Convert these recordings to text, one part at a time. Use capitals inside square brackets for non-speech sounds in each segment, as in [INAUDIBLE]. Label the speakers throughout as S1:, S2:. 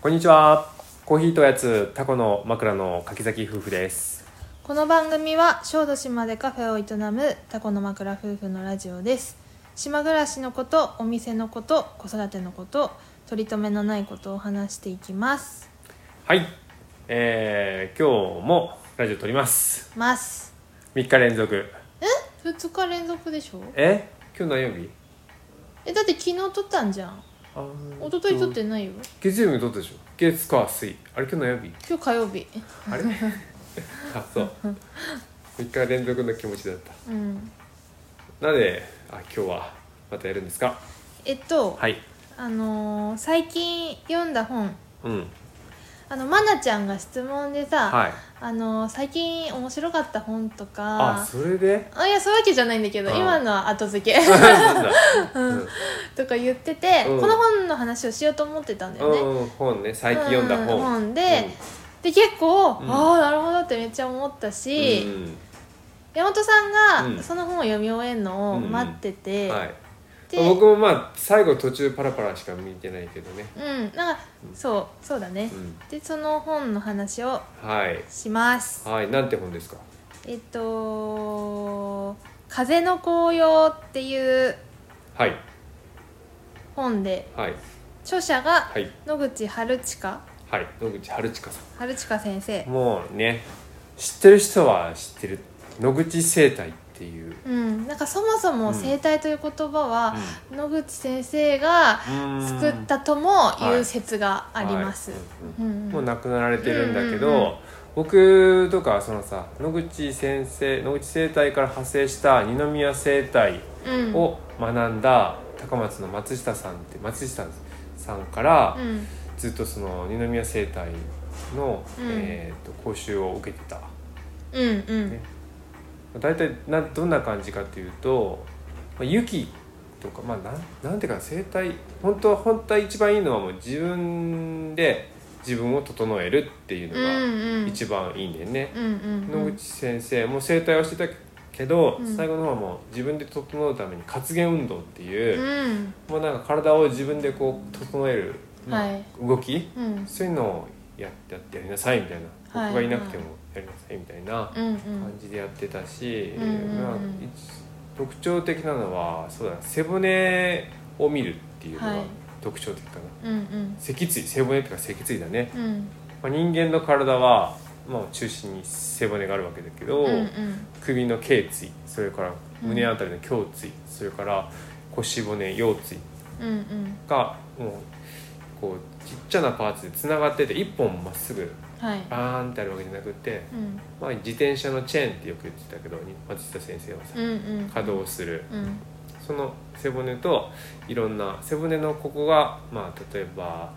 S1: こんにちは。コーヒーとおやつ、タコの枕の柿崎夫婦です。
S2: この番組は小豆島でカフェを営むタコの枕夫婦のラジオです島暮らしのことお店のこと子育てのこと取り留めのないことを話していきます
S1: はい。えー、今日もラジオ撮ります。
S2: ます
S1: 3日連続。
S2: え2日連続でしょ
S1: え今日何曜日
S2: えだって昨日撮ったんじゃん
S1: あー
S2: 一昨日撮ってないよ
S1: 月曜日も撮ったでしょ月火水。あれ今日何曜日
S2: 今日火曜日
S1: あ [LAUGHS] れあ、そう。3日連続の気持ちだっ
S2: うん
S1: た。なぜ、あ、今日はまたやるんですか
S2: えっと、
S1: はい。
S2: あのー最近読んだ本
S1: うん。
S2: あのまなちゃんが質問でさ、
S1: はい。
S2: あのー最近面白かった本と
S1: あ、
S2: か
S1: それで
S2: あいやそういうわけじゃないんだけど
S1: あー
S2: 今のは後付
S1: [LAUGHS]
S2: け
S1: あなんだ。うん
S2: とか言ってて、
S1: うん
S2: この本の話をしようと思ってたんだよね、
S1: うん、本ね、最近読んだ
S2: うん
S1: 本。
S2: で、で結構、
S1: うん
S2: ああなるほどってめっちゃ思ったし、山本さん
S1: うん
S2: がその本を読み終えるのを待って
S1: う
S2: て、
S1: ん、はい。
S2: で、
S1: 僕もまあ最後途中パラパラしか見てないけどね、
S2: うんなんかそうそうだね、
S1: う
S2: でその本の話を
S1: ん、はい
S2: します
S1: はいなんて本ですか
S2: えっと「風の紅葉」っていう
S1: はい
S2: 本で
S1: はい
S2: 著者が
S1: はい
S2: 野口春近
S1: はい野口春近さ
S2: 春近先生
S1: んもうね知ってる人は知ってる野口生態っていう、
S2: うん、なんかそもそも生態という言葉は、野口先生が
S1: うん
S2: 作ったともいう説があります、
S1: はい
S2: うんうん
S1: もう亡くなられてるんだけど、
S2: うんうんうん
S1: 僕とかそのさ野口先生野口生態から派生した二宮生態
S2: うん
S1: を学んだ高松の松下さんって松下さんから、
S2: うん
S1: ずっとその二宮生態の、
S2: うん
S1: えー、と講習を受けてた
S2: うんうん、
S1: ね大体などんな感じかというと、まあ、雪とか、まあ、なんなんていうかな生態本当は本当は一番いいのはもう自分で自分を整えるっていう
S2: うん
S1: の
S2: う
S1: が
S2: ん
S1: 一番いいんだよね。
S2: うんうんうん
S1: 野口先生も生態はしてたけど、
S2: うん
S1: 最後の方はもう自分で整うために活言運動っていう、
S2: うん
S1: もうなんか体を自分でこう整える、まあ
S2: はい
S1: 動き
S2: うん
S1: そういうのをやってやってやりなさいみたいな、
S2: はい
S1: 僕がいなくてもやりなさいみたいな
S2: うん
S1: 感じでやってたし、
S2: うんうんうん
S1: まあ、い特徴的なのはそうだな背骨を見るっていうのが
S2: はい
S1: 特徴的かな、
S2: うんうん
S1: 脊椎背骨っていうか脊椎だね、
S2: うんうん
S1: まあ、人間の体は、まあ、中心に背骨があるわけだけど、
S2: うん
S1: 首の頸椎それから胸あたりの胸椎、それから腰骨腰椎
S2: うんうん
S1: がもうこうちっちゃなパーツでつながってて一本まっすぐ
S2: はい
S1: バーンってあるわけじゃなくて、
S2: うん
S1: まあ、自転車のチェーンってよく言ってたけど松下先生はさ、
S2: うんうん
S1: 稼働する
S2: うん
S1: その背骨といろんな背骨のここが、まあ、例えば、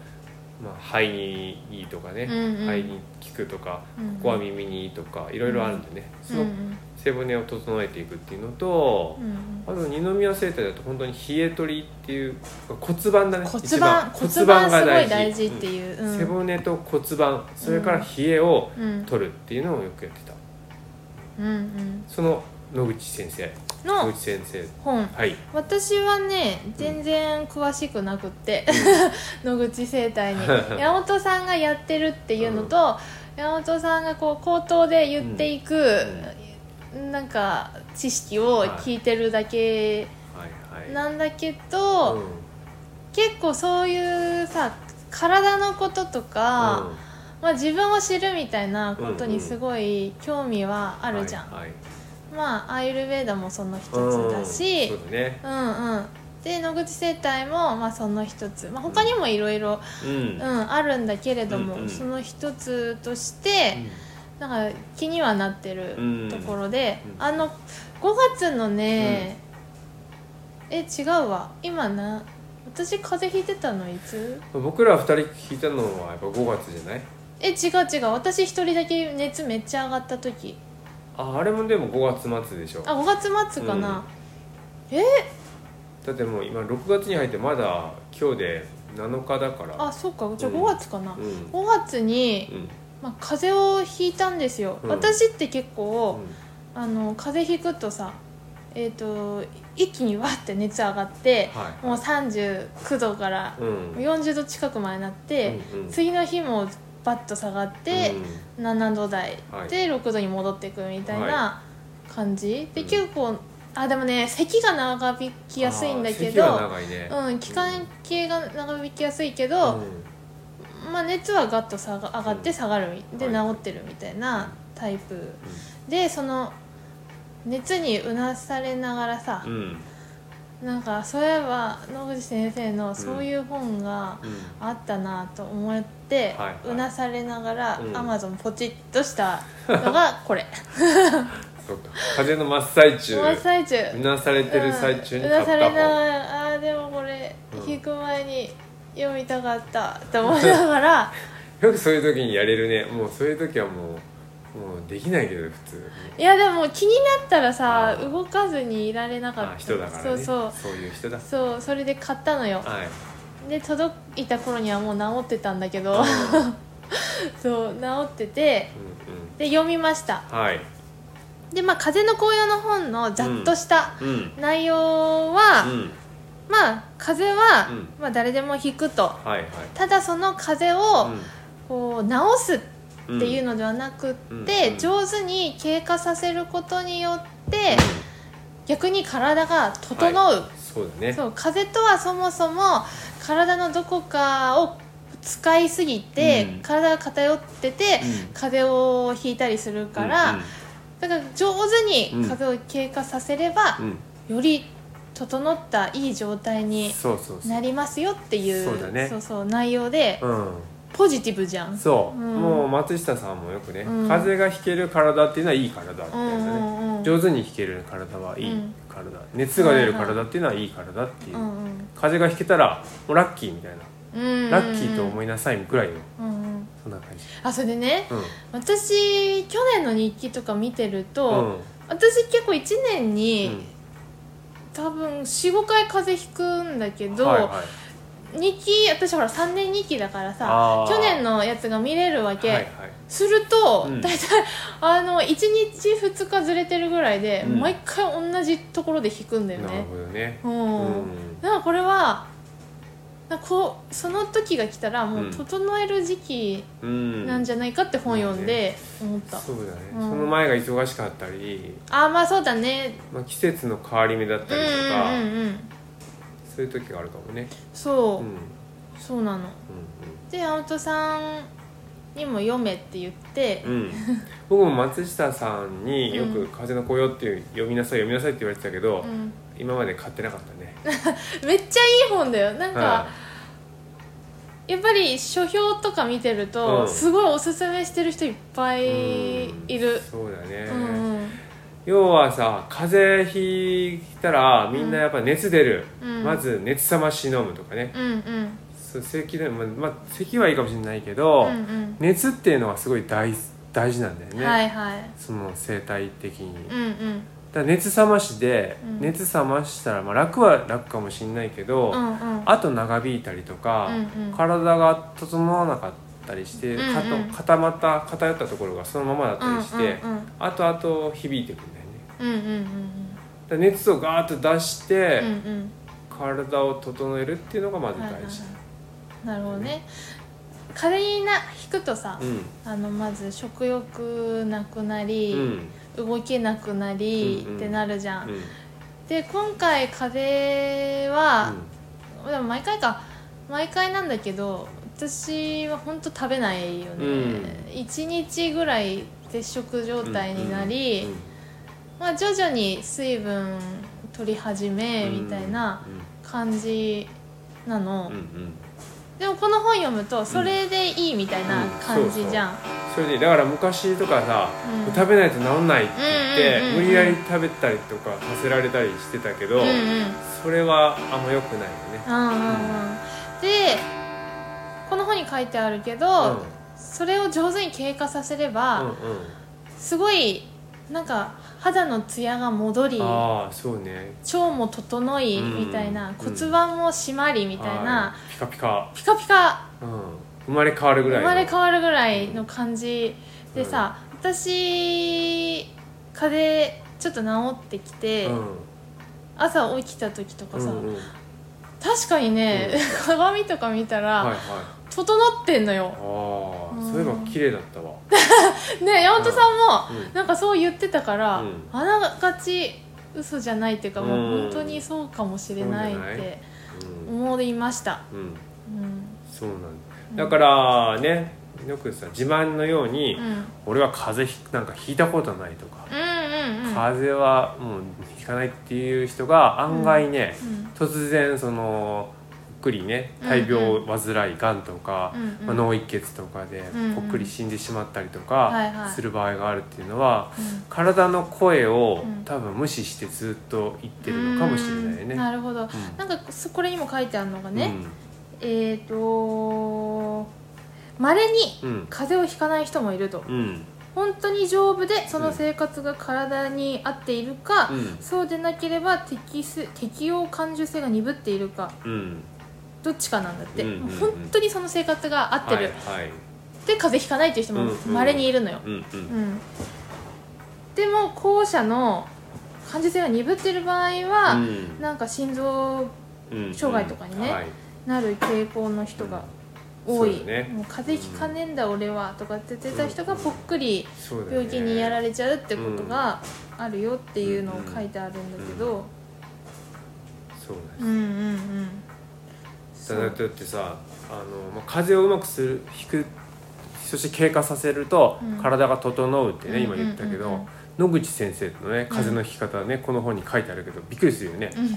S1: まあ、肺にいいとかね、
S2: うんうん
S1: 肺に効くとか
S2: うん
S1: ここは耳にいいとかいろいろあるんでね、
S2: う
S1: そ
S2: んう
S1: の
S2: ん
S1: 背骨を整えていくっていうのと
S2: う、ん
S1: あと二宮生態だと本当に冷え取りっていう骨盤だね
S2: 骨
S1: 一
S2: 盤骨盤すごい大事っ
S1: う
S2: て
S1: ん
S2: いう、
S1: 背骨と骨盤それから冷えを
S2: うんうん
S1: 取るっていうのをよくやってた
S2: うんうん
S1: その野口先生野
S2: の
S1: 口先生
S2: 本
S1: はい
S2: 私はね全然詳しくなくって、 [LAUGHS] 野口生態
S1: [LAUGHS]
S2: に山本さんがやってるっていうのと、山本さんがこう口頭で言っていく、なんか知識を聞いてるだけ
S1: はいはい
S2: なんだけど、
S1: うん
S2: 結構そういうさ体のこととか、まあ、自分を知るみたいなことにすごい興味はあ
S1: あ
S2: るじゃん、
S1: はいはい
S2: まあアイルベーダもその一つだし、
S1: うんそうだね
S2: うんうんで野口生態も、まあ、その一つ、まあ、他にもいろいろ
S1: うん
S2: うんあるんだけれども、
S1: うんうん
S2: その一つとして、なんか気にはなって
S1: う
S2: る
S1: ん
S2: ところで、
S1: うん
S2: あの5月のね、え違うわ今な私風邪ひいてたのいつ
S1: 僕ら二人聞いたのはやっぱ5月じゃない
S2: え違う違う私一人だけ熱めっちゃ上がった時
S1: ああれもでも5月末でしょ
S2: あ5月末かな、
S1: だってもう今6月に入ってまだ今日で7日だから
S2: あそうかじゃあ
S1: うん
S2: 5月かな、
S1: うんうん
S2: 5月に、まあ、風邪をひいたんですよ、
S1: うん
S2: 私って結構、
S1: うん
S2: あの風邪ひくとさえっ、と一気にわって熱上がって、
S1: はい
S2: もう39度から
S1: うん
S2: 40度近くまでなって、
S1: うんうん
S2: 次の日もバッと下がって、7度台
S1: はい
S2: で6度に戻ってくるみたいな
S1: は
S2: 感じ、で
S1: うん
S2: 結構あでもね咳が長引きやすいんだけ
S1: あー咳は
S2: ど
S1: 長いね
S2: うん気管系が長引きやすいけど、まあ、熱はガッと下が上がって下がるみで、
S1: は
S2: 治ってるみたいなタイプ、でその熱にうなされながらさ
S1: う、んうん
S2: なんかそういえば野口先生のそういう本が
S1: うん
S2: あったなと思って、
S1: はいはいう
S2: なされながら、
S1: うん
S2: アマゾンポチッとしたの
S1: [LAUGHS]
S2: がこれ
S1: そうか風邪の真っ最中
S2: 真っ最中
S1: うなされてる最中に
S2: う
S1: 買
S2: な
S1: っ
S2: され
S1: た
S2: なが
S1: 本
S2: らあーでもこれ
S1: うん
S2: 引く前に読みたかったと思いな
S1: [LAUGHS]
S2: がら
S1: よくそういう時にやれるねもうそういう時はもうもうできないけど普通
S2: いやでも気になったらさ
S1: あー
S2: 動かずにいられなかっ
S1: あ
S2: た
S1: 人だからね
S2: そうそう
S1: いう人だ
S2: そうそれで買ったのよ
S1: はい
S2: で届いた頃にはもう治ってたんだけど [LAUGHS] そう治ってて
S1: うんうん
S2: で読みました
S1: はい
S2: でまあ「風の紅葉」の本のざっとした
S1: うんうん
S2: 内容は、まあ風は、
S1: うん
S2: まあ、誰でも引くと
S1: はいはい
S2: ただその風をこう直すっていう
S1: の
S2: のではなくっ
S1: うん
S2: て、
S1: うん
S2: 上手に経過させることによって逆に体が整う、
S1: そうだね
S2: そう風とはそもそも体のどこかを使いすぎて、
S1: うん
S2: 体が偏ってて、
S1: うん
S2: 風邪をひいたりするから、
S1: うん
S2: だから上手に風を経過させれば
S1: う、ん
S2: より整ったいい状態
S1: うん
S2: に
S1: そうそうそう
S2: なりますよっていう
S1: そうだね
S2: そうそう内容で
S1: う
S2: ポジティブじゃん
S1: んそう
S2: うん
S1: もう松下さんもよくね
S2: うん
S1: 風が引ける体っていうのはいい体ってやつ
S2: う
S1: だ
S2: んう
S1: ね
S2: んうん
S1: 上手に引ける体はいい
S2: うん
S1: 体熱が出る体っていうのはいい体っていううん
S2: うん
S1: 風が引けたらもうラッキーみたいな
S2: うん
S1: ラッキーと思いなさいぐらいの
S2: うんうん
S1: そんな感じ
S2: あそれでね
S1: うん
S2: 私去年の日記とか見てると、
S1: うん
S2: 私結構1年
S1: う
S2: に、
S1: ん
S2: 多分45回風邪ひくんだけど、
S1: はいはい
S2: 日記私ほら3年日記だからさ
S1: あー
S2: 去年のやつが見れるわけ、
S1: はいはい
S2: すると、
S1: うん
S2: 大体あの1日2日ずれてるぐらいで、
S1: うん
S2: 毎回同じところで弾くんだよ
S1: なる
S2: ね
S1: ほどね
S2: うん、
S1: うん
S2: だからこれはなんかこうその時が来たらもううん整える時期
S1: うん
S2: なんじゃないかって本読んで思った、
S1: そうだね、
S2: うん
S1: その前が忙しかったり、
S2: ああまあそうだね
S1: まあ、季節の変わり目だっ
S2: う
S1: た
S2: ん
S1: りとか、
S2: うんうんうん
S1: そういう時があるかもね
S2: そう
S1: う、んうん
S2: そうなので青戸さんにも読めって言って、
S1: うん、うん、僕も松下さんによ
S2: う
S1: く
S2: ん
S1: 「風の子よ」っていう読みなさい読みなさいって言われてたけど、
S2: うん
S1: 今まで買ってなかったね
S2: めっちゃいい本だよなんか、
S1: は
S2: やっぱり書評とか見てる
S1: う
S2: と、
S1: ん
S2: すごいおすすめしてる人いっぱいいる
S1: そうだね、
S2: うんうん
S1: 要はさ風邪ひいたらみんなやっぱ熱出る、
S2: うん
S1: まず熱さまし飲むとかね、
S2: うんうん
S1: そう咳でもまあ、咳はいいかもしれないけど、
S2: うん
S1: 熱っていうのはすごい大大事なんだよ
S2: うん
S1: ね、
S2: はいはい
S1: その生態的に、
S2: うんうん
S1: だから熱冷ましで、
S2: うん
S1: 熱冷ましたら、まあ、楽は楽かもしれないけど、
S2: うんうん
S1: あと長引いたりとか、
S2: うんうん
S1: 体が整わなかったりして、
S2: うんうん
S1: かと固まった偏ったところがそのままだったりして、
S2: うん
S1: あとあと響いてくんだよね
S2: うんうんうん
S1: だから熱をガーッと出して、
S2: うんうんうんうん
S1: 体を整えるっていうのがまず
S2: はい
S1: 大
S2: はいはい
S1: 事、
S2: なるほどね風邪な引くとさ、
S1: うん
S2: あのまず食欲なくなり、
S1: うん
S2: 動けなくなり、
S1: うんうん
S2: ってなるじゃん、
S1: うん
S2: で今回風邪は、でも毎回か毎回なんだけど私は本当食べないよね、
S1: う
S2: 1日ぐらい絶食状
S1: うん
S2: 態にな
S1: う
S2: り、
S1: ん
S2: まあ、徐々に水分取り始め
S1: うん
S2: みたいな感じなの、
S1: うんうんうん
S2: でもこの本読むとそれでいいみたいな感じじゃん、
S1: それでだから昔とかさ、
S2: うん
S1: 食べないと治んないって言って、
S2: うんうんうんうん
S1: 無理やり食べたりとかさせられたりしてたけど、
S2: うんうん
S1: それはあんま良くないよね
S2: うんうんうんでこの本に書いてあるけど、それを上手に経過させれば、
S1: うんうんうん
S2: すごいなんか肌のツヤが戻り腸
S1: ああそうね
S2: も整い
S1: うん
S2: みたいな、
S1: うん
S2: 骨盤も締まりみたい
S1: は、
S2: な
S1: いピカピカ、
S2: ピカピカ
S1: うん、生まれ変わるぐら
S2: 生
S1: い
S2: まれ変わるぐらいの感じでさ、私風邪ちょっと治ってきて、
S1: うん
S2: 朝起きた時とか
S1: うん
S2: さ、
S1: うん、はい
S2: 確かにね、鏡とか見たら、
S1: はい
S2: 整ってんのよ
S1: ああ、
S2: うん
S1: そういえば綺麗だったわ、
S2: ね山本さんも、
S1: うん
S2: なんかそう言ってたから、
S1: うん
S2: あながち嘘じゃないっていうか、もう
S1: うん
S2: 本当にそうかもしれないっ
S1: そうじゃない
S2: て思いました、
S1: うんうん、
S2: うん
S1: そうなんだだからねよくさ自慢のように、
S2: うん、うん
S1: 俺は風邪ひなんかひいたことないとか、
S2: うんうん
S1: 風邪はもうひかないっていう人が案外ね、
S2: うん
S1: 突然そのぽっくりね大病を患いがんとか、
S2: うんうん
S1: まあ、脳一血とかで
S2: うんうん
S1: ぽっくり死んでしまったりと
S2: はいは
S1: か
S2: い
S1: する場合があるっていうのは
S2: うん
S1: 体の声を
S2: うん
S1: 多分無視してずっと言ってるのかもしれないよね。
S2: うんなるほど、なんかそこれにも書いてあるのがね、えっ、とまれに
S1: うんうん
S2: 風邪をひかない人もいると
S1: うん
S2: 本当に丈夫でその生活が体に合っているか、
S1: うん
S2: そうでなければ適す適応感受性が鈍っているか
S1: うん
S2: どっちかなんだって、
S1: うんうんうん
S2: 本当にその生活が合ってる、
S1: はいはい
S2: で風邪ひかないっていう人も
S1: うんうん
S2: まれにいるのよ、
S1: うんうん
S2: うん、でも後者の感受性が鈍ってる場合は、
S1: うん
S2: なんか心臓
S1: うんうん
S2: 障害とかにね
S1: はい
S2: なる傾向の人が
S1: うん
S2: 多
S1: そう
S2: い、
S1: だね
S2: もう風邪ひかねえんだ俺はとかって言ってた人がぽっくり
S1: そうだよ
S2: 病
S1: ね
S2: 気にやられちゃうってことがあるよっていうのを書いてあるんだけど、
S1: そうだね
S2: うん、うんうんうんそ
S1: だだ
S2: う
S1: ってさあの、まあ、風邪をうまくする引くそして経過させると
S2: うん
S1: 体が整うってね、今言ったけど、
S2: うんうんうん
S1: 野口先生のね風邪の引き方はね、この本に書いてあるけどびっくりするよね、
S2: うん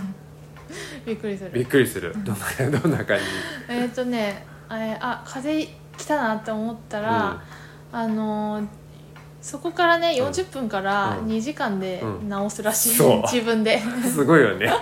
S2: びっくりす
S1: びっ
S2: る
S1: くりする、どんなどんな感じ
S2: えっ、とねあれあ風邪来たなって思ったら、あのーそこからね
S1: うん
S2: 40分から
S1: うん
S2: 2時間で
S1: うん
S2: 直すらしい、
S1: そう
S2: [LAUGHS] 自分で
S1: うんすごいよね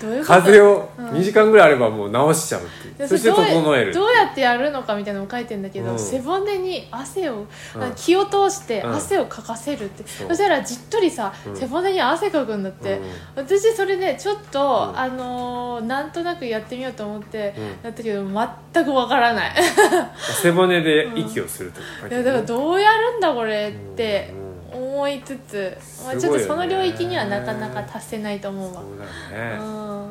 S2: どういうこと
S1: 風邪を
S2: うん
S1: 2時間ぐらいあればもう治しちゃうっていう、
S2: で
S1: そして
S2: どうや
S1: 整える
S2: どうやってやるのかみたいなのも書いてんだけど、
S1: うん
S2: 背骨に汗を、
S1: うん
S2: あ気を通して
S1: うん
S2: 汗をかかせるって、
S1: そう
S2: そしたらじっとりさ、
S1: うん
S2: 背骨に汗かくんだって、私それねちょっと、
S1: ん
S2: あのーなんとなくやってみようと思って、
S1: うん
S2: だったけど全くわからない
S1: 背骨で息をするとか書い
S2: い
S1: てある
S2: やだからどうやるんだこれ
S1: うん
S2: って
S1: うん
S2: 思いつつ、まあ、
S1: す
S2: ちょっ
S1: ごいよね
S2: とその領域にはなかなか達せないと思う
S1: そ
S2: わ
S1: うだ
S2: う
S1: ね、
S2: ん
S1: 呼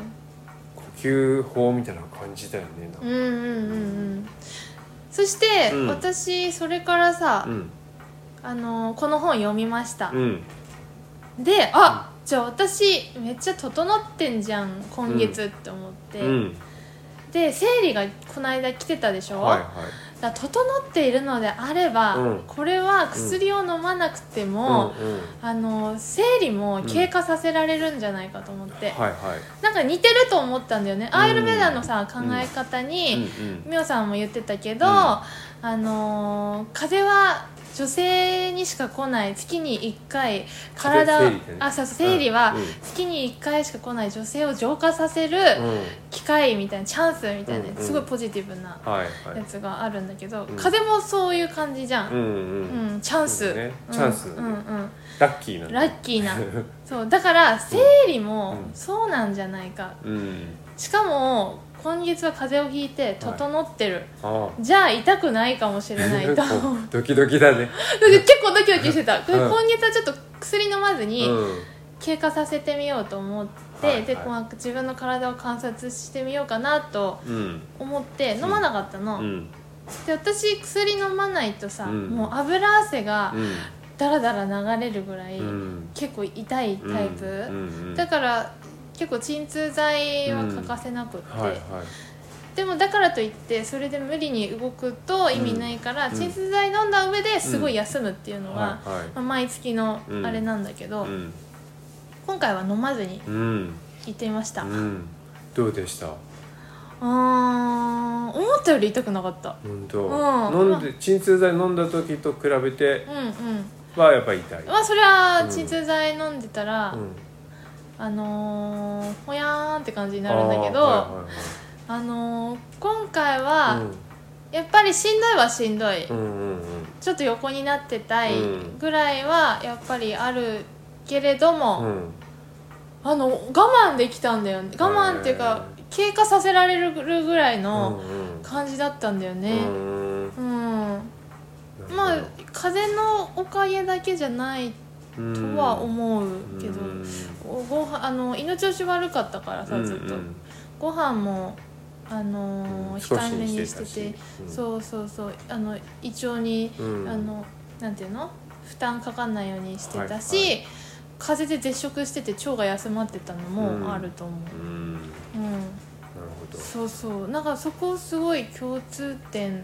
S1: 吸法みたいな感じだよねなん
S2: う
S1: か
S2: んうんうんうんそして、
S1: うん
S2: 私それからさ、
S1: うん
S2: あのーこの本読みました
S1: う、ん
S2: であ、じゃあ私めっちゃ整ってんじゃん今月って思って、
S1: うん
S2: で生理がこの間来てたでしょ、
S1: はいはい
S2: だから整っているのであれば、
S1: うん
S2: これは薬を飲まなくても、
S1: うんうん
S2: あの生理も経過させられるんじゃないかと思って、
S1: はいはい
S2: なんか似てると思ったんだよね、
S1: うん
S2: アイルベダのさ考え方に、
S1: う
S2: ミオさんも言ってたけど、
S1: うん
S2: あのー風邪は女性にしか来ない月に1回体
S1: 風邪生理ね
S2: あそうそう生理は
S1: うん
S2: 月に1回しか来ない女性を浄化させる
S1: んうん
S2: 機会みたいなチャンスみたいな、
S1: うんうん
S2: すごいポジティブな
S1: はいは
S2: や
S1: い
S2: つがあるんだけど、
S1: ん
S2: 風もそういう感じじゃ、
S1: うんん
S2: う
S1: うん
S2: んチャン
S1: そ
S2: ス、
S1: うだね
S2: うん
S1: チャンスだ
S2: うん
S1: ね
S2: うん
S1: ラッキーな
S2: ラッキーなそうだから生理も
S1: うん
S2: そうなんじゃないか、
S1: うん
S2: しかも今月は風邪をひいて整ってる、
S1: あ
S2: じゃあ痛くないかもしれ
S1: あ [LAUGHS]
S2: ないとだ
S1: こ [LAUGHS] うドキドキだね
S2: って [LAUGHS] 結構ドキドキしてた、これ
S1: うん
S2: 今月はちょっと薬飲まず
S1: う
S2: に
S1: ん
S2: 経過させてみようと思って、
S1: はい
S2: で
S1: はい
S2: こう自分の体を観察してみようかなと
S1: うん
S2: 思って飲まなかったの、
S1: うん
S2: で私薬飲まないとさ、
S1: うん
S2: もう油汗が、
S1: うん
S2: だらだら流れるぐらい、
S1: うん
S2: 結構痛いタイプ、
S1: うんうん
S2: だから結構鎮痛剤は欠かせなくって、
S1: はいはい
S2: でもだからといってそれで無理に動くと意味ないから、
S1: うん
S2: 鎮痛剤飲んだ上ですごい休むっていうのが、
S1: はいはい
S2: まあ毎月のあれなんだけど、
S1: うん
S2: 今回は飲まずに
S1: うん
S2: 行ってみました、
S1: う
S2: うん
S1: どうでした
S2: ーん思ったより痛くなかった
S1: 本当
S2: うん
S1: 飲んで鎮痛剤飲んだ時と比べて
S2: うんうん
S1: はやっぱり痛い
S2: まあそれは鎮痛剤飲んでたら、
S1: うん
S2: あのー、ほやーんって感じになるんだけど
S1: あ
S2: あ,、
S1: ーはいはいはい
S2: のー、今回は、
S1: うん
S2: やっぱりしんどいはしんどい、
S1: うんうんうん
S2: ちょっと横になってたい
S1: うん
S2: ぐらいはやっぱりあるけれども、
S1: うん
S2: あの我慢できたんだよね我慢っていうか経過させられるぐらいの
S1: うん
S2: 感じだったんだよ
S1: う
S2: ね
S1: んうん
S2: うん、
S1: なるほど
S2: まあ風のおかげだけじゃないとは思うけど、
S1: うん
S2: おご飯あの胃の調子悪かったからさずっと、
S1: うん
S2: ご飯もあの
S1: う
S2: ー
S1: ん
S2: 控えめにし
S1: 少
S2: て
S1: しにして
S2: て
S1: たしうん
S2: そうそうそうあの胃腸に、
S1: うん
S2: あのなんていうの負担かかんないようにしてたし、
S1: はいは
S2: 風邪で絶食してて腸が休まってたの
S1: うん
S2: もあると思
S1: うんうんなる
S2: う、うん
S1: ほど
S2: そうそうなんかそこすごい共通点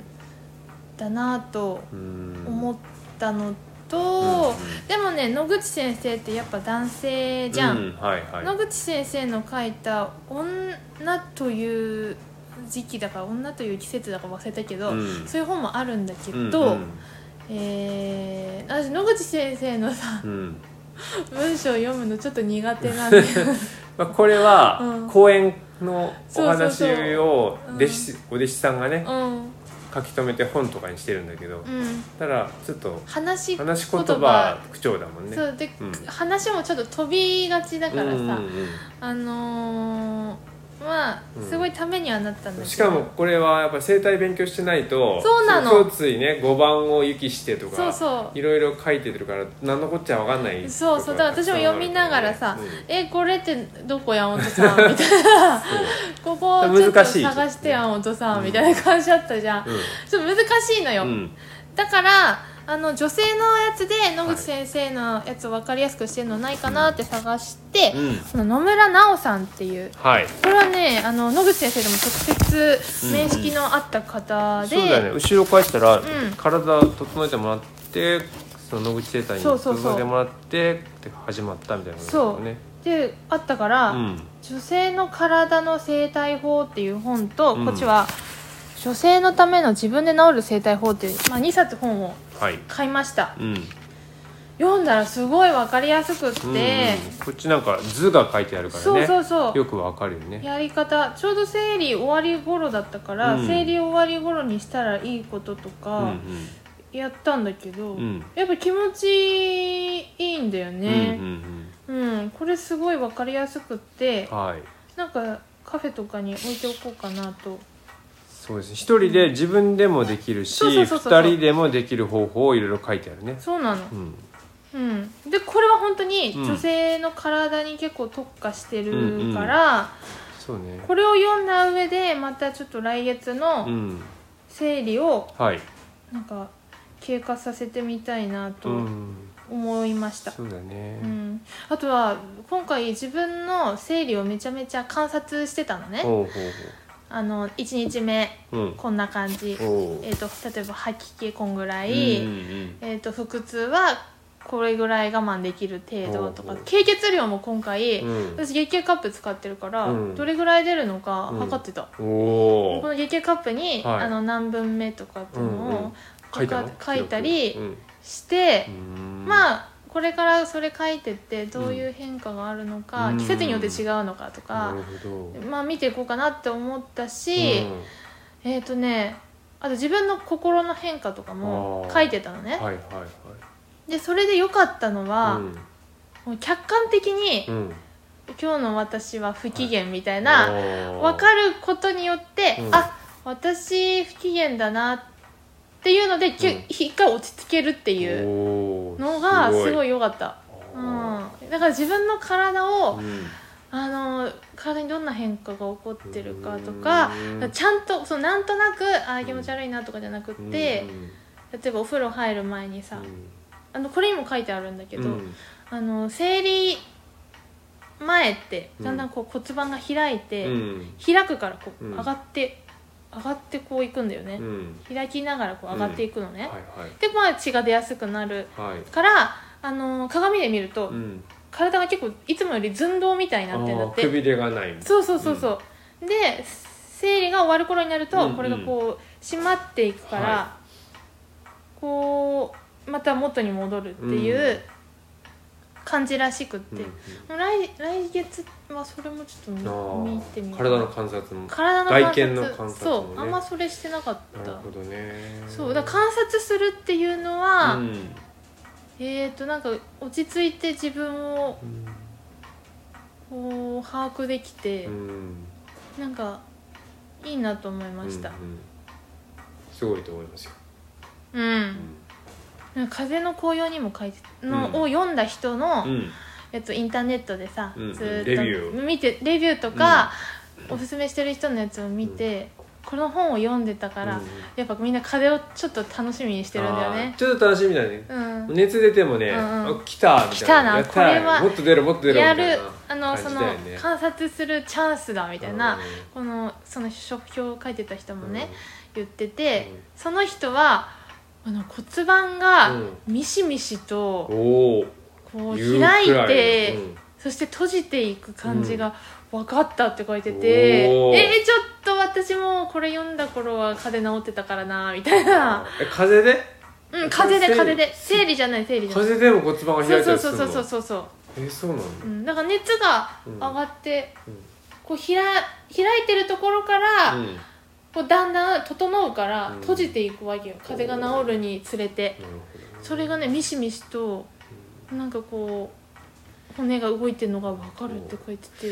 S2: だなと
S1: うん
S2: 思ったの
S1: うん
S2: と、
S1: うん
S2: でもね野口先生ってやっぱ男性じゃん、
S1: うんはいはい
S2: 野口先生の書いた「女という時期だから女という季節だか忘れたけど、
S1: うん
S2: そういう本もあるんだけ
S1: うん
S2: ど、えー私野口先生のさ
S1: うんうん
S2: 文章を読むのちょっと苦手な
S1: [LAUGHS]
S2: んで
S1: まあ、これは
S2: うん
S1: 講演のお
S2: そうそう
S1: 話
S2: そう
S1: を
S2: うん
S1: 弟子お弟子さんがね
S2: うん
S1: 書き留めて本とかにしてるんだけど
S2: うん
S1: ただちょっと
S2: 話し
S1: 話し言葉口調だもんね。
S2: そうで、
S1: うん
S2: 話もちょっと飛びがちだからさ、
S1: うんうん
S2: あのーまあ
S1: うん
S2: すごいためにはなったんだ
S1: う
S2: け
S1: ん
S2: ど
S1: しかもこれはやっぱ生態勉強してないと
S2: そうなの
S1: そ共通にね5番を行きしてとか
S2: そうそう
S1: いろいろ書いてるから何のこっちゃ分かんない
S2: そうそうだから私も読みながらさ「
S1: うん
S2: えこれってどこ山本さ
S1: [LAUGHS]
S2: ん?」みたいな「ここちょっと
S1: 難しい
S2: 探して山本さ
S1: うん
S2: ん」みたいな感じだったじゃん、
S1: うん
S2: ちょっと難しいのよ、
S1: うん
S2: だからあの女性のやつで野口先生のやつを分かりやすくしてるのないかなって探して、
S1: うん
S2: その野村奈緒さんっていう
S1: はい
S2: これはねあの野口先生でも直接面識のあった方で、
S1: そうだね後ろ返したら、
S2: ん
S1: 体整えてもらってその野口生態に
S2: そうそうそ
S1: 整
S2: う
S1: えてもらってって始まったみたいなことだよね
S2: であったから、
S1: うん
S2: 女性の体の生態法っていう本と、
S1: うん
S2: こっちは女性のための自分で治る生態法っていう、まあ、2冊本を
S1: はい
S2: 買いました
S1: うん、
S2: 読んだらすごい分かりやすくって、
S1: うんうんこっちなんか図が書いてあるからね
S2: そうそうそう
S1: よくわかるよね
S2: やり方ちょうど生理終わり頃だったから、
S1: うん
S2: 生理終わり頃にしたらいいことと
S1: うん
S2: かやったんだけど、
S1: うんうん
S2: やっぱ気持ちいいんだよ
S1: うんうん
S2: ね、うんこれすごい分かりやすくって
S1: うんはい
S2: なんかカフェとかに置いておこうかなと
S1: そうですね一人で自分でもできるし
S2: そうそ
S1: 二
S2: うそうそう
S1: 人でもできる方法をいろいろ書いてあるね
S2: そうなの
S1: うん
S2: うん、でこれは本当に
S1: うん
S2: 女性の体に結構特化してるから、
S1: そうね
S2: これを読んだ上でまたちょっと来月
S1: う
S2: の
S1: ん
S2: 生理を
S1: はい
S2: なんか経過させてみたいな
S1: う
S2: と
S1: ん
S2: 思いました、
S1: そうだね
S2: うんあとは今回自分の生理をめちゃめちゃ観察してたのね
S1: ほうほう
S2: あの1日目
S1: ほううん
S2: こんな感じ、
S1: おう
S2: えー、と例えば吐き気こんぐらい、
S1: うんうん
S2: えー、と腹痛はこれぐらい我慢できる程度と
S1: お
S2: か
S1: うおう
S2: 経血量も今回、
S1: うん
S2: 私月経カップ使ってるから、
S1: うん
S2: どれぐらい出るのか
S1: うん
S2: 測ってた、
S1: うん、お
S2: こ
S1: お
S2: の月経カップに、
S1: はい
S2: あの何分目とかっていうのを
S1: 書いたの
S2: か書いたり
S1: うん
S2: して、
S1: うん
S2: まあこれからそれ書いてってどういう変化があるのか、
S1: うん
S2: 季節によって違うのかと
S1: な
S2: か
S1: る、ほど
S2: まあ見ていこうかなって思ったし、
S1: うん
S2: えっ、とねあと自分の心の変化とかも
S1: あー
S2: 書いてたのね、
S1: はいはいはい
S2: でそれで良かったのは、
S1: うん
S2: もう客観的に、
S1: うん
S2: 今日の私は不機嫌みたいな、
S1: わ
S2: 分かることによって、
S1: うん
S2: あ私不機嫌だなっていうので、きゅ
S1: うん
S2: 一回落ち着けるっていう
S1: う
S2: のがすご
S1: い
S2: い良かった、
S1: お
S2: う
S1: ー
S2: ん、だから自分の体を、
S1: うん
S2: あの体にどんな変化が起こってるかとか
S1: うん
S2: ちゃんとそのなんとなくあー気持ち悪いなとかじゃなくって、例えばお風呂入る前にさ、あのこれにも書いてあるんだけど、
S1: うん
S2: あの生理前って
S1: うん
S2: だんだんこう骨盤が開いて、
S1: うん
S2: 開くからこう
S1: うん
S2: 上がって、上がってこういくんだよね
S1: う、ん
S2: 開きながらこう上がっていくのね、
S1: はい
S2: でまあ血が出やすくなる
S1: はいはい
S2: から、あのー鏡で見ると、
S1: うん
S2: 体が結構いつもより寸胴みたいになってんだ
S1: あ
S2: っ
S1: ーく
S2: て
S1: びれがないみたい
S2: そうそうそうそう、で生理が終わる頃になると、
S1: うんうん
S2: これがこう締まっていくから、
S1: は
S2: こうまた元に戻るっていうう感じらしくって、
S1: な
S2: 来来月はそれもちょっと
S1: うん
S2: 見
S1: うん
S2: 見てみ
S1: あー
S2: よ
S1: 体の
S2: う
S1: 観察も
S2: 体の観察
S1: 外見の観察もね
S2: そうあんまそれしてなかっ
S1: なる
S2: た
S1: ほどね
S2: そうだから観察するっていうのは、
S1: うん
S2: えっ、ー、となんか落ち着いて自分を
S1: うん
S2: こう把握できて、
S1: うん
S2: なんかいいなと思いました
S1: うんうんすごいと思いますよ、
S2: うん、
S1: うん
S2: なんか風の紅葉にも書いて
S1: う
S2: の、
S1: ん
S2: を読んだ人の、
S1: うん
S2: えっと、インターネットでさ、
S1: うん
S2: ずーっと
S1: レビュー
S2: 見てレビューとか、おすすめしてる人のやつを見て、この本を読んでたから、
S1: うん
S2: やっぱみんな風をちょっと楽しみにしてるんだよ
S1: あー
S2: ね。
S1: ちょっと楽しみだね
S2: うん、
S1: 熱出てもね、
S2: うんうん
S1: あ来たみたいな
S2: 来たな
S1: やったー
S2: これは
S1: もっと出るもっと出るみた
S2: や
S1: いな
S2: るあの
S1: 感じ
S2: そ
S1: だ
S2: の
S1: よね
S2: 観察するチャンスだみたいな、
S1: うん
S2: このその書評を書いてた人もね、
S1: うん
S2: 言ってて、
S1: うん
S2: その人はあの骨盤が
S1: うん
S2: ミシミシと
S1: おお
S2: こう
S1: 言うくら
S2: 開
S1: い
S2: いて、
S1: うん
S2: そして閉じていく感じが分かったって書いてて、
S1: おー
S2: えーちょっと私もこれ読んだ頃は風邪治ってたからなみたいな、
S1: え風で
S2: うん、風邪で
S1: それ
S2: 風邪で生理じゃない生理じゃない
S1: 風でも骨盤が
S2: そ
S1: 開
S2: う
S1: いた
S2: そ
S1: りす
S2: うそ
S1: る
S2: う
S1: の
S2: そうそうそう
S1: えーそうなの、
S2: うん、だから熱が上がって、こうひら開いてるところから、
S1: うんうんな
S2: こうだんだん整うから
S1: うん
S2: 閉じていくわけよ、風が治るにつれて
S1: る
S2: それがねミシミシとなんかこう骨が動いてるのが分かるって書いてて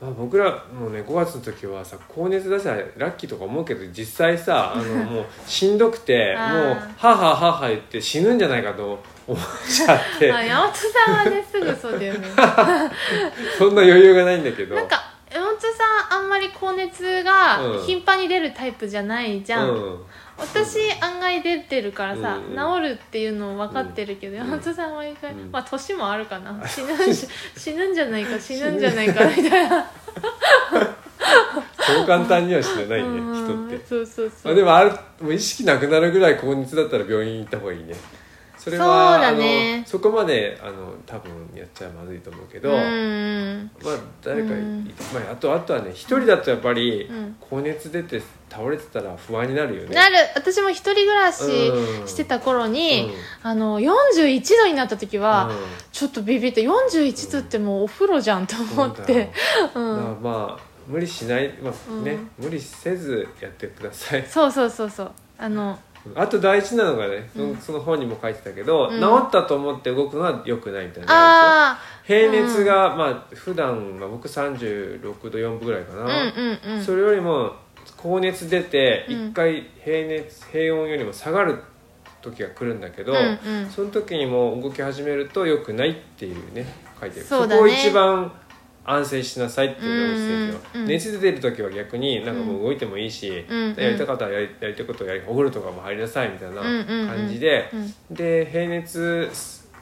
S1: ほどまあ、僕らもね5月の時はさ高熱出したらラッキーとか思うけど実際さあのもうしんどくてもう
S2: あー
S1: はあはあはあはあ言って死ぬんじゃないかと思っちゃって
S2: あ山本さんはねすぐそうだ
S1: [LAUGHS]
S2: よねな
S1: そんな余裕がないんだけど
S2: んか山本さんあんまり高熱が
S1: うん
S2: 頻繁に出るタイプじゃないじゃん、
S1: うん、
S2: 私案外出てるからさ、
S1: うん
S2: 治るっていうの分かってるけど、
S1: うん
S2: 山本さんは毎回、
S1: うん
S2: まあ年もあるかな死ぬん
S1: [LAUGHS]
S2: じゃ死ぬんじゃないか死ぬんじゃないかみたいな、
S1: そう簡単には死なないね
S2: う
S1: 人
S2: ん
S1: って
S2: そうそうそう
S1: あでもあるもう意識なくなるぐらい高熱だったら病院行った方がいいねそれは
S2: そうだね
S1: あのそこまであの多分やっちゃまずいと思うけど、
S2: うん
S1: まあ誰かい、
S2: うん
S1: まあ、あとあとはね一人だとやっぱり
S2: うん
S1: 高熱出て倒れてたら不安になるよね
S2: なる私も一人暮らし
S1: うん
S2: してた頃に、
S1: うん
S2: あの41度になった時は、
S1: うん
S2: ちょっとビビって41度ってもうお風呂じゃんと思って、う
S1: だから
S2: ん、
S1: まあ無理しない、まあね
S2: うん
S1: 無理せずやってください [LAUGHS]
S2: そうそうそうそうあの
S1: あと大事なのがね、そのその本にも書いてたけど、
S2: うん
S1: 治ったと思って動くのは良くないみたいな
S2: あ
S1: 平熱が、まあ普段は僕36度4分ぐらいか
S2: あ
S1: な、
S2: うんうんうん
S1: それよりも高熱出て
S2: うん
S1: 一回平熱、平温よりも下がる時が来るんだけど、
S2: うんうん
S1: その時にもう動き始めると良くないっていうね書いてる
S2: そうだね
S1: こを一番安静しなさいっていうメッセージを、
S2: うんうんうん
S1: 熱出てる時は逆になんかもう動いてもいいし、
S2: うんうん
S1: やりたかったらやりやりたいことをやりお風呂とかも入りなさいみたいな
S2: うんうんうん
S1: 感じで、
S2: うん
S1: で平熱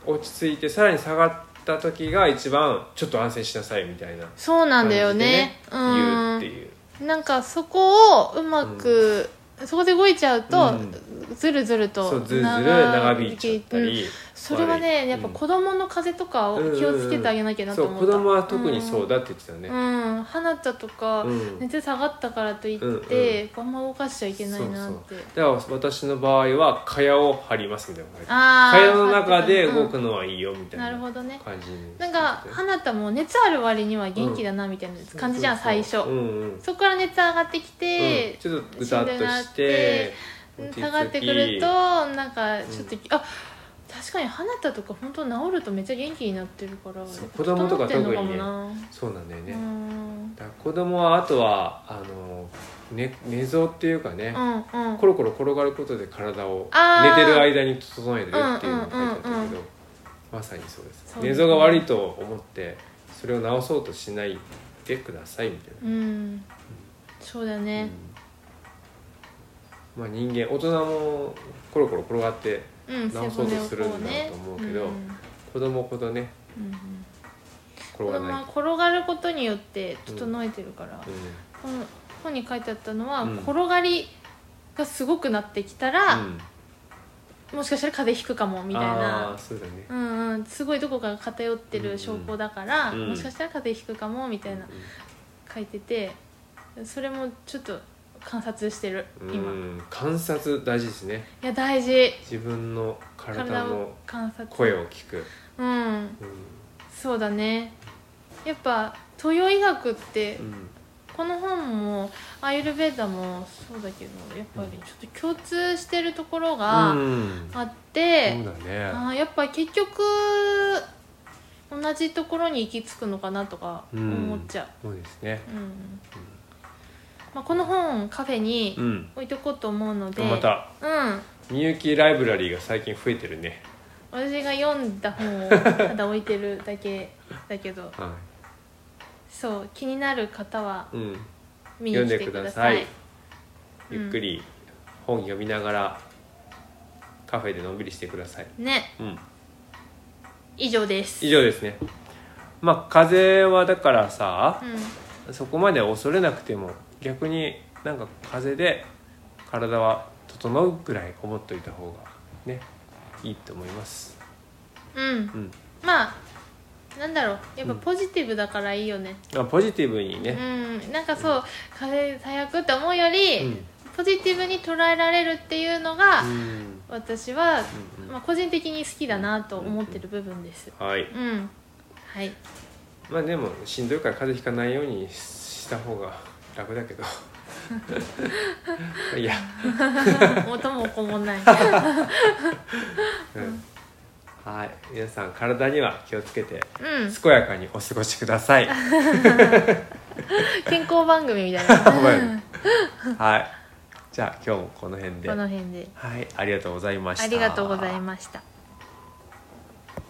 S1: 落ち着いてさらに下がった時が一番ちょっと安静しなさいみたいな
S2: そうなん
S1: 感
S2: だ
S1: じ
S2: よ
S1: で
S2: ね
S1: 言うっていう。
S2: うんなんかそこをうまく、そこで動いちゃうと、ずるずると
S1: そうずるずる長引いちゃった
S2: うん
S1: り、
S2: それはね
S1: 悪い
S2: やっぱ子供の風邪とかを気をつけてあげなきゃなと思った、
S1: そう子供は特にそうだって言ってたね、
S2: うん、花田とか、
S1: うん
S2: 熱下がったからといって、
S1: うんうん
S2: あんま動かしちゃいけないなって
S1: そうそうだから私の場合は蚊帳を張りますみたいな感
S2: あ
S1: じ蚊
S2: ー
S1: 帳の中で動くのはいいよみた
S2: う
S1: い
S2: んなる
S1: な
S2: ほどね
S1: 感じに
S2: なんか花田も熱ある割には元気だなみたいな感じじゃん、最初、
S1: うんうん
S2: そこから熱上がってき
S1: うん
S2: て、
S1: ちょっとぐたっとして
S2: うん
S1: 落ち着き
S2: 下がってくるとなんかちょっと、あ確かに花田とか本当治るとめっちゃ元気になってるから
S1: そう
S2: やっぱ
S1: 子供とか特にね
S2: 整ってんのかもな
S1: そうなんだよね、
S2: う
S1: だか
S2: ん
S1: ら子供はあとはあの、ね、寝相っていうかね、
S2: うんうん
S1: コロコロ転がることで体を
S2: あー
S1: 寝てる間に整えるよっていうのが書いてあったけど、
S2: うんうんうんうん
S1: まさにそうです
S2: そうですね
S1: 寝相が悪いと思ってそれを直そうとしないでくださいみたいな
S2: うんそうだね
S1: うんまあ人間大人もコロコロ転がって
S2: うん
S1: 直そうとするんだと思うけど
S2: うん
S1: 子供ほどね
S2: うんうん
S1: 転がらない、
S2: 子供は転がることによって整えてるから、
S1: う
S2: この本に書いてあったのは、
S1: うん
S2: 転がりがすごくなってきたら、
S1: ん、
S2: もしかしたら風邪ひくかもみたい
S1: あー
S2: な、
S1: そうだね
S2: うんうん、すごいどこかが偏ってる証拠だから、
S1: うんうん
S2: もしかしたら風邪ひくかもみたいな書いててそれもちょっと観察してる
S1: うん
S2: 今、い
S1: うん観察大事ですね
S2: や大事
S1: 自分の体
S2: 体
S1: の
S2: を観察
S1: 声を聞く、
S2: うん
S1: うん
S2: そうだねやっぱ東洋医学って
S1: うん
S2: この本もアイルベーダもそうだけどやっぱりちょっと共通してるところ
S1: う
S2: が
S1: ん
S2: あ
S1: そ
S2: っ
S1: う
S2: て、
S1: だね
S2: あーやっぱ結局同じところに行き着くのかなとか思っちゃ
S1: そうですね
S2: う、うんまあ、この本をカフェに
S1: うん
S2: 置いとこうと思うので、
S1: また
S2: うん
S1: みゆきライブラリーが最近増えてるね
S2: 私が読ん
S1: [LAUGHS]
S2: だ本をただ置いてるだけだけど
S1: は、
S2: そう気になる方はい
S1: うん、
S2: 見に来てください
S1: 読んでゆっくり本読みながらカフェでのんびりしてください、
S2: ね
S1: うん、
S2: 以上です
S1: 以上ですねまあ風邪はだからさ
S2: う、ん
S1: そこまで恐れなくても逆になんか風邪で体は整うぐらい思っといた方がねいいと思います
S2: う
S1: う
S2: ん
S1: ん
S2: まあなんだろうやっぱ
S1: うん
S2: ポジティブだからいいよね
S1: まあポジティブに
S2: う
S1: ね、
S2: ん、なんかそう風邪最悪って思うより、
S1: うん
S2: ポジティブに捉えられるっていうのが、
S1: うん
S2: 私は、
S1: うん
S2: まあ、個人的に好きだなと思ってる部分です
S1: はい
S2: うん、はい
S1: まあでもしんどいから風邪ひかないようにした方が楽
S2: [LAUGHS]
S1: だけどいや、
S2: 元も子も
S1: [LAUGHS]
S2: ない
S1: うん、はい皆さん体には気をつけて
S2: うん
S1: 健やかにお過ごしくだ
S2: [LAUGHS]
S1: さい
S2: 健康番組みたいな
S1: お
S2: こ
S1: 前はいじゃあ今日もこの辺で
S2: の辺で
S1: はいありがとうございました
S2: ありがとうございました